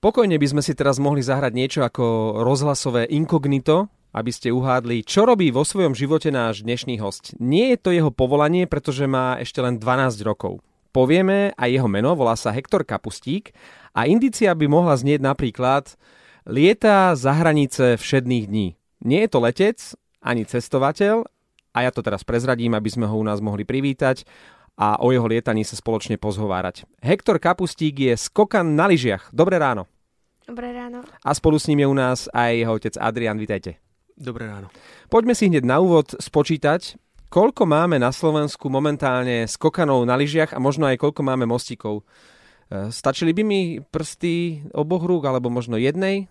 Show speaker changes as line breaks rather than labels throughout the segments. Pokojne by sme si teraz mohli zahrať niečo ako rozhlasové inkognito, aby ste uhádli, čo robí vo svojom živote náš dnešný host. Nie je to jeho povolanie, pretože má ešte len 12 rokov. Povieme aj jeho meno, volá sa Hektor Kapustík a indícia by mohla znieť napríklad lieta za hranice všedných dní. Nie je to letec, ani cestovateľ a ja to teraz prezradím, aby sme ho u nás mohli privítať a o jeho lietaní sa spoločne pozhovárať. Hektor Kapustík je skokan na lyžiach. Dobré ráno.
Dobré ráno.
A spolu s ním je u nás aj jeho otec Adrian, vitajte.
Dobré ráno.
Poďme si hneď na úvod spočítať, koľko máme na Slovensku momentálne skokanov na lyžiach a možno aj koľko máme mostíkov. E, Stačili by mi prsty oboch rúk, alebo možno jednej?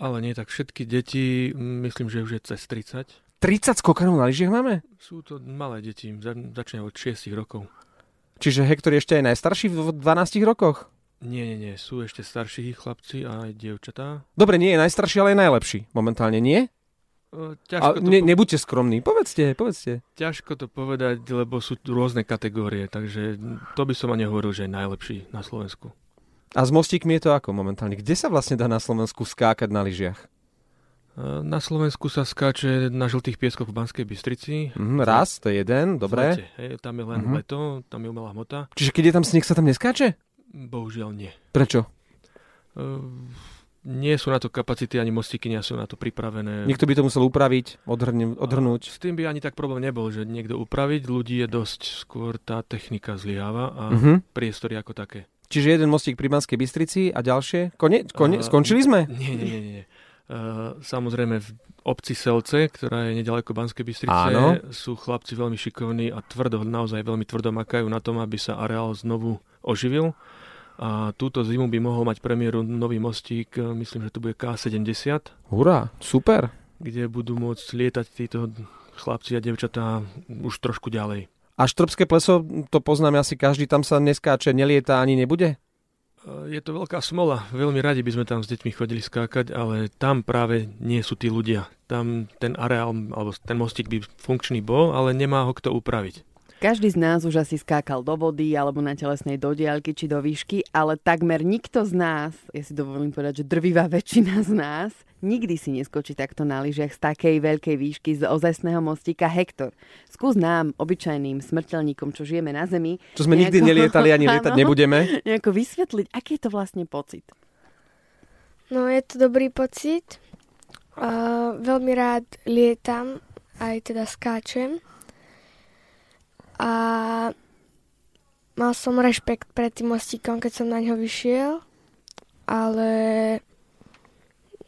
Ale nie tak všetky deti, mm, myslím, že už je cez 30.
30 skokanov na lyžiach máme?
Sú to malé deti, za- začne od 6 rokov.
Čiže Hektor je ešte aj najstarší v 12 rokoch?
Nie, nie, nie, sú ešte starší chlapci a aj dievčatá.
Dobre, nie je najstarší, ale je najlepší. Momentálne nie?
E,
A
Ťažko, to,
ne,
ne, ne...
nebuďte skromní, povedzte, povedzte.
ťažko to povedať, lebo sú tu rôzne kategórie, takže to by som ani hovoril, že je najlepší na Slovensku.
A s mostíkmi je to ako momentálne? Kde sa vlastne dá na Slovensku skákať na lyžiach?
E, Na Slovensku sa skáče na žltých pieskoch v Banskej Bystrici.
Mhm, raz, to je jeden,
V
dobre.
lete, hej, tam je len
Mhm.
leto, tam je umelá hmota.
Čiže keď je tam sneh, sa tam neskáče?
Bohužiaľ nie.
Prečo?
E, Nie sú na to kapacity, ani mostiky nie sú na to pripravené.
Niekto by to musel upraviť, odhrn- odhrnúť.
S tým by ani tak problém nebol, že niekto upraviť. Ľudí je dosť, skôr tá technika zlyháva a mm-hmm.
Mhm.
priestory ako také.
Čiže jeden mostík pri Banskej Bystrici a ďalšie. Kone, kone,
A-
skončili sme?
Nie, nie, nie. nie, nie. Uh, samozrejme v obci Selce, ktorá je nedaleko Banskej Bystrice,
Áno.
sú chlapci veľmi šikovní a tvrdo, naozaj veľmi tvrdo makajú na tom, aby sa areál znovu oživil. A túto zimu by mohol mať premiéru nový mostík, e, myslím, že tu bude K70,
Hurá, super.
kde budú môcť lietať títo chlapci a devčatá už trošku ďalej.
A Štrbské pleso, to poznáme asi každý, tam sa neskáče, nelieta ani nebude?
E, Je to veľká smola. Veľmi radi by sme tam s deťmi chodili skákať, ale tam práve nie sú tí ľudia. Tam ten areál, alebo ten mostík by funkčný bol, ale nemá ho kto upraviť.
Každý z nás už asi skákal do vody alebo na telesnej do diaľky či do výšky, ale takmer nikto z nás, ja si dovolím povedať, že drvivá väčšina z nás, nikdy si neskočí takto na lyžiach z takej veľkej výšky z ozajstného mostíka Hektor. Skús nám, obyčajným smrteľníkom, čo žijeme na Zemi,
Čo sme nikdy
Nejako-
nelietali ani lietať
Áno.
nebudeme.
nejako vysvetliť, aký je to vlastne pocit.
No je to dobrý pocit. Uh, veľmi rád lietam, aj teda skáčem. A mal som rešpekt pred tým mostíkom, keď som na ňo vyšiel, ale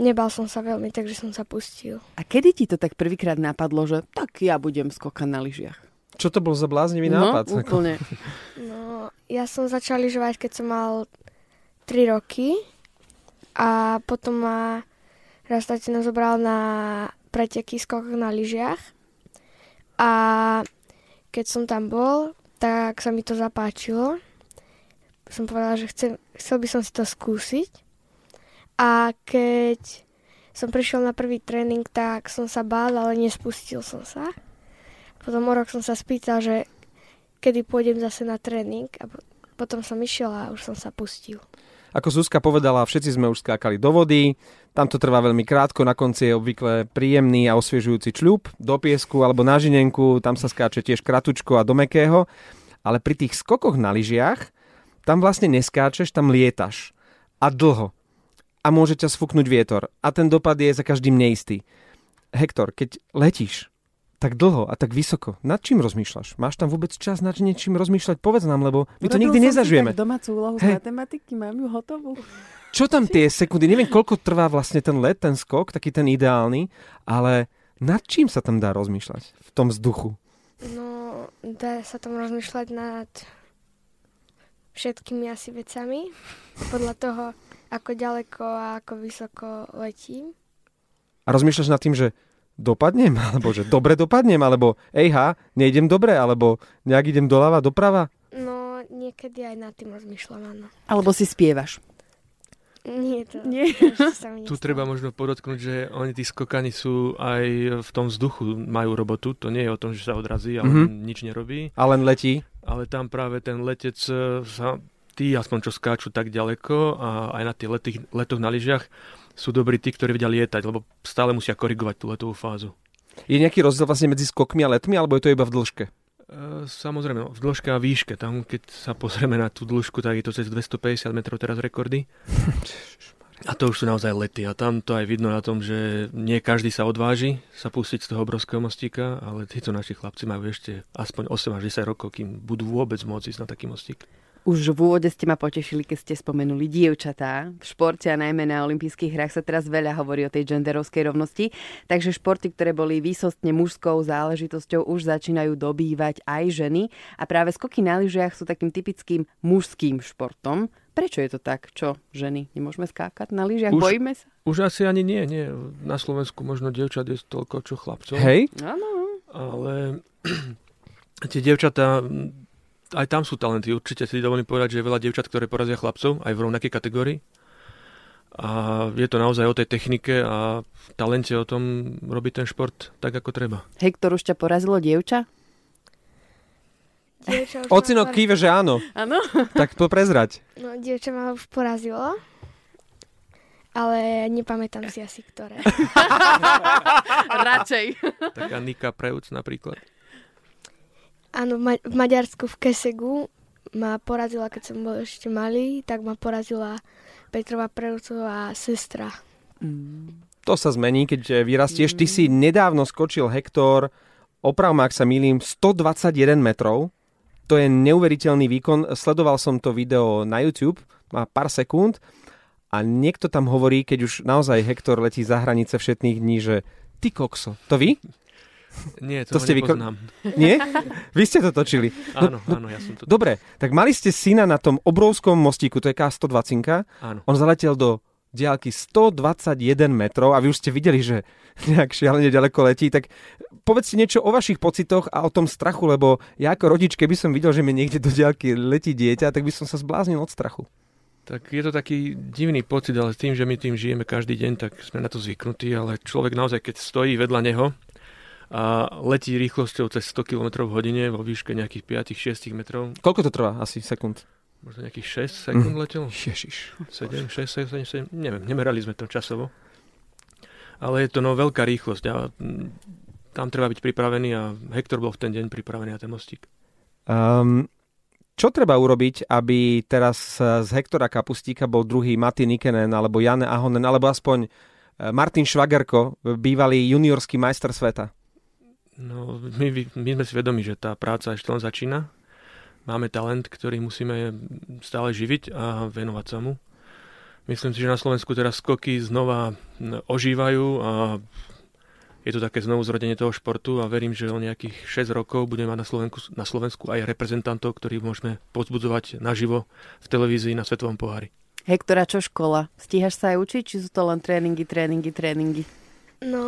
nebal som sa veľmi, takže som sa pustil.
A kedy ti to tak prvýkrát napadlo, že tak ja budem skokať na lyžiach?
Čo to bol za bláznivý
no,
nápad?
úplne.
No, ja som začal lyžovať, keď som mal 3 roky a potom ma raz tatino zobral na preteky skokok na lyžiach a keď som tam bol, tak sa mi to zapáčilo. Som povedala, že chcem, chcel by som si to skúsiť. A keď som prišiel na prvý tréning, tak som sa bál, ale nespustil som sa. Potom o rok som sa spýtal, že kedy pôjdem zase na tréning a po- potom som išiel a už som sa pustil.
Ako Zuzka povedala, všetci sme už skákali do vody, tam to trvá veľmi krátko, na konci je obvykle príjemný a osviežujúci čľub, do piesku alebo na žinenku, tam sa skáče tiež kratučko a do mekého, ale pri tých skokoch na lyžiach, tam vlastne neskáčeš, tam lietaš. A dlho. A môže ťa sfúknuť vietor. A ten dopad je za každým neistý. Hektor, keď letíš tak dlho a tak vysoko, nad čím rozmýšľaš? Máš tam vôbec čas nad niečím rozmýšľať? Povedz nám, lebo my to
Urobil
nikdy
som si
nezažijeme.
tak domácu úlohu z
Hej.
matematiky, mám ju hotovú.
Čo tam tie sekundy? Neviem, koľko trvá vlastne ten let, ten skok, taký ten ideálny, ale nad čím sa tam dá rozmýšľať v tom vzduchu?
No, dá sa tam rozmýšľať nad všetkými asi vecami, podľa toho, ako ďaleko a ako vysoko letím.
A rozmýšľaš nad tým, že dopadnem, alebo že dobre dopadnem, alebo ejha, nejdem dobre, alebo nejak idem doľava, doprava.
No, niekedy aj nad tým rozmýšľam, áno.
Alebo si spievaš.
Nie, to
Nie.
ešte sa mi
Tu
nestalo.
treba možno podotknúť, že oni tí skokani sú aj v tom vzduchu, majú robotu. To nie je o tom, že sa odrazí, ale
Mhm.
nič nerobí.
A len letí.
Ale tam práve ten letec e, sa tí, aspoň čo skáču tak ďaleko a aj na tých letých, letoch na lyžiach sú dobrí tí, ktorí vedia lietať, lebo stále musia korigovať tú letovú fázu.
Je nejaký rozdiel vlastne medzi skokmi a letmi, alebo je to iba v dĺžke?
E, Samozrejme, no, v dĺžke a výške. Tam, keď sa pozrieme na tú dĺžku, tak je to cez 250 metrov teraz rekordy. A to už sú naozaj lety. A tam to aj vidno na tom, že nie každý sa odváži sa pustiť z toho obrovského mostíka, ale títo naši chlapci majú ešte aspoň 8 až 10 rokov, kým budú vôbec môcť ísť na taký mostík.
Už v úvode ste ma potešili, keď ste spomenuli dievčatá. V športe a najmä na olympijských hrách sa teraz veľa hovorí o tej genderovskej rovnosti, takže športy, ktoré boli výsostne mužskou záležitosťou, už začínajú dobývať aj ženy a práve skoky na lyžiach sú takým typickým mužským športom. Prečo je to tak? Čo, ženy, nemôžeme skákať na lyžiach?
Už-
Bojíme sa?
Už asi ani nie, nie. Na Slovensku možno dievčat je toľko, čo chlapcov.
Hej?
Áno.
Ale tie dievčatá, aj tam sú talenty. Určite si dovolím povedať, že je veľa dievčat, ktoré porazia chlapcov, aj v rovnakej kategórii. A je to naozaj o tej technike a v talente o tom robiť ten šport tak, ako treba.
Hektor, už ťa porazilo dievča?
Dievča už ma
Ocino
por-
kýve, že áno.
Áno.
Tak to prezrať.
No, dievča ma už porazilo, ale nepamätám si asi, ktoré.
Radšej.
Taká Nika Preuc napríklad.
Áno, v, Ma- v Maďarsku v Kesegu ma porazila, keď som bol ešte malý, tak ma porazila Petrova Preucová sestra.
Mm.
To sa zmení, keď eh, vyrastieš. Ty si nedávno skočil Hektor, oprav ma, ak sa milím, 121 metrov. To je neuveriteľný výkon. Sledoval som to video na YouTube, má pár sekúnd. A niekto tam hovorí, keď už naozaj Hektor letí za hranice všetných dní, že ty kokso, to vy?
Nie,
To
to,
ste No, vyko-
nepoznám.
Nie? Vy ste to točili.
Áno, áno, ja som to...
Dobre, tak mali ste syna na tom obrovskom mostíku, to je K120.
Áno.
On zaletel do diálky 121 metrov a vy už ste videli, že nejak šialene ďaleko letí, tak povedzte niečo o vašich pocitoch a o tom strachu, lebo ja ako rodič, keby som videl, že mi niekde do diálky letí dieťa, tak by som sa zbláznil od strachu.
Tak je to taký divný pocit, ale tým, že my tým žijeme každý deň, tak sme na to zvyknutí, ale človek naozaj, keď stojí vedľa neho a letí rýchlosťou cez 100 km v hodine vo výške nejakých 5-6 metrov,
Koľko to trvá asi sekúnd?
možno nejakých 6 sekúnd letel,
Ježiš.
7, 6, 7, 7, neviem, nemerali sme to časovo. Ale je to no veľká rýchlosť a mm, tam treba byť pripravený a Hektor bol v ten deň pripravený na ten mostík.
Um, čo treba urobiť, aby teraz eh, z Hektora Kapustíka bol druhý Mati Nikenen alebo Jan Ahonen alebo aspoň eh, Martin Švagerko, bývalý juniorský majster sveta?
No, my, vy- my sme si vedomi, že tá práca ešte len začína. Máme talent, ktorý musíme stále živiť a venovať sa mu. Myslím si, že na Slovensku teraz skoky znova mm, ožívajú a je to také znovu zrodenie toho športu a verím, že o nejakých 6 rokov budeme mať na Slovensku, na Slovensku aj reprezentantov, ktorých môžeme pozbudzovať naživo v televízii na Svetovom pohári.
Hektora, čo škola? Stíhaš sa aj učiť, či sú to len tréningy, tréningy, tréningy?
No,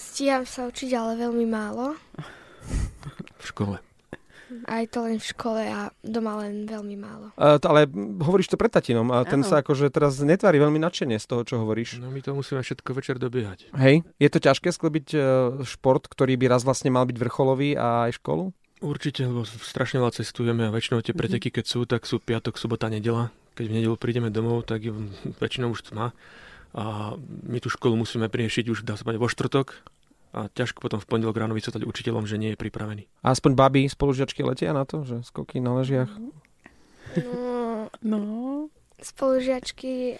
stíham sa učiť, ale veľmi málo.
V škole.
Aj to len v škole a doma len veľmi málo.
Uh, t- ale mm, hovoríš to pred tatinom a ten
Áno.
sa akože teraz netvári veľmi nadšenie z toho, čo hovoríš.
No my to musíme všetko večer dobiehať.
Hej, je to ťažké sklobiť uh, šport, ktorý by raz vlastne mal byť vrcholový a aj školu?
Určite, lebo strašne veľa cestujeme a väčšinou tie preteky, keď sú, tak sú piatok, sobota, nedela. Keď v nedelu prídeme domov, tak je väčšinou už tma. A my tú školu musíme priešiť už, dá sa povedať, vo štvrtok. A ťažko potom v pondelok ráno vysvetliť učiteľom, že nie je pripravený.
A aspoň baby, spolužiačky letia na to, že skoky na ležiach.
No,
No.
spolužiačky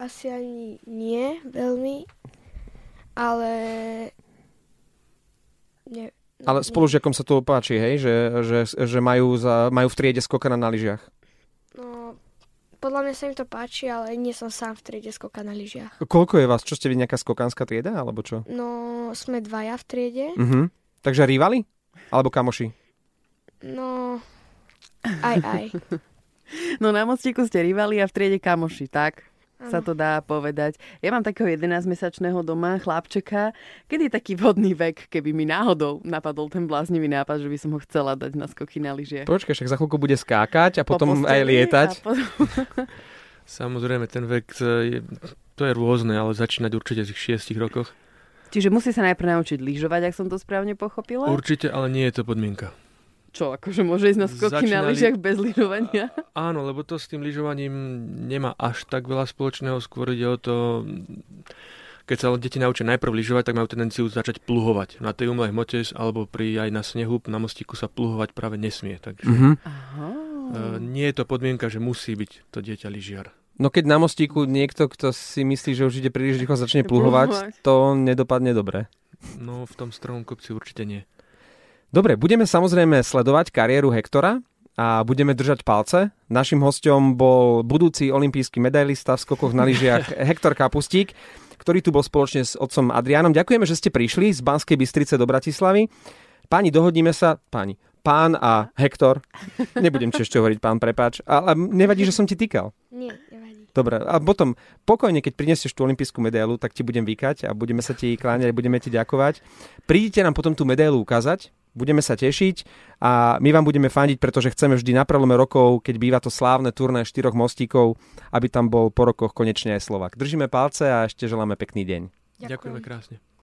asi ani nie veľmi, ale... Ne, no,
Ale spolužiakom sa to páči, hej, že, že, že majú, za, majú v triede skokana na lyžiach.
No, podľa mňa sa im to páči, ale nie som sám v triede skoka na lyžiach.
Koľko je vás? Čo ste vy, nejaká skokanská trieda, alebo čo?
No, sme dvaja v triede.
Mhm. Takže rivali? Alebo kamoši?
No, aj, aj.
No na mostíku ste rivali a v triede kamoši, tak?
Áno.
sa to dá povedať. Ja mám takého 11-mesačného doma chlapčeka. Kedy je taký vhodný vek, keby mi náhodou napadol ten bláznivý nápad, že by som ho chcela dať na skoky na lyžie?
Počkaj, však za chvíľku bude skákať a
Po
potom aj
posteli
lietať.
Eh. a potom-
Samozrejme, ten vek, e, je, to je rôzne, ale začínať určite v tých 6 rokoch.
Čiže musí sa najprv naučiť lyžovať, ak som to správne pochopila.
Určite, ale nie je to podmienka.
Čo, akože môže ísť na skoky na
Začínali-
lyžiach bez lyžovania?
Áno, lebo to s tým lyžovaním nemá až tak veľa spoločného, skôr ide o to, keď sa deti naučia najprv lyžovať, tak majú tendenciu začať pluhovať. Na tej umelej hmote alebo pri aj na snehu, na mostíku sa pluhovať práve nesmie. Takže
Mhm.
Aha.
e, nie je to podmienka, že musí byť to dieťa lyžiar.
No keď na mostíku niekto, kto si myslí, že už ide príliš rýchlo, začne pluhovať,
Pluhovať.
to nedopadne dobre.
No v tom stromom kopci určite nie.
Dobre, budeme samozrejme sledovať kariéru Hektora a budeme držať palce. Našim hostom bol budúci olimpijský medailista v skokoch na lyžiach Hektor Kapustík, ktorý tu bol spoločne s otcom Adriánom. Ďakujeme, že ste prišli z Banskej Bystrice do Bratislavy. Páni, dohodníme sa, páni, pán a Hektor, nebudem ti ešte hovoriť pán, prepáč, ale nevadí, že som ti týkal.
Nie, nevadí.
Dobre, a potom pokojne, keď prinesieš tú olimpijskú medailu, tak ti budem vykať a budeme sa ti kláňať, budeme ti ďakovať. Prídite nám potom tú medailu ukázať, budeme sa tešiť a my vám budeme fandiť, pretože chceme vždy na prelome rokov, keď býva to slávne turné štyroch mostíkov, aby tam bol po rokoch konečne aj Slovak. Držíme palce a ešte želáme pekný deň.
Ďakujeme krásne.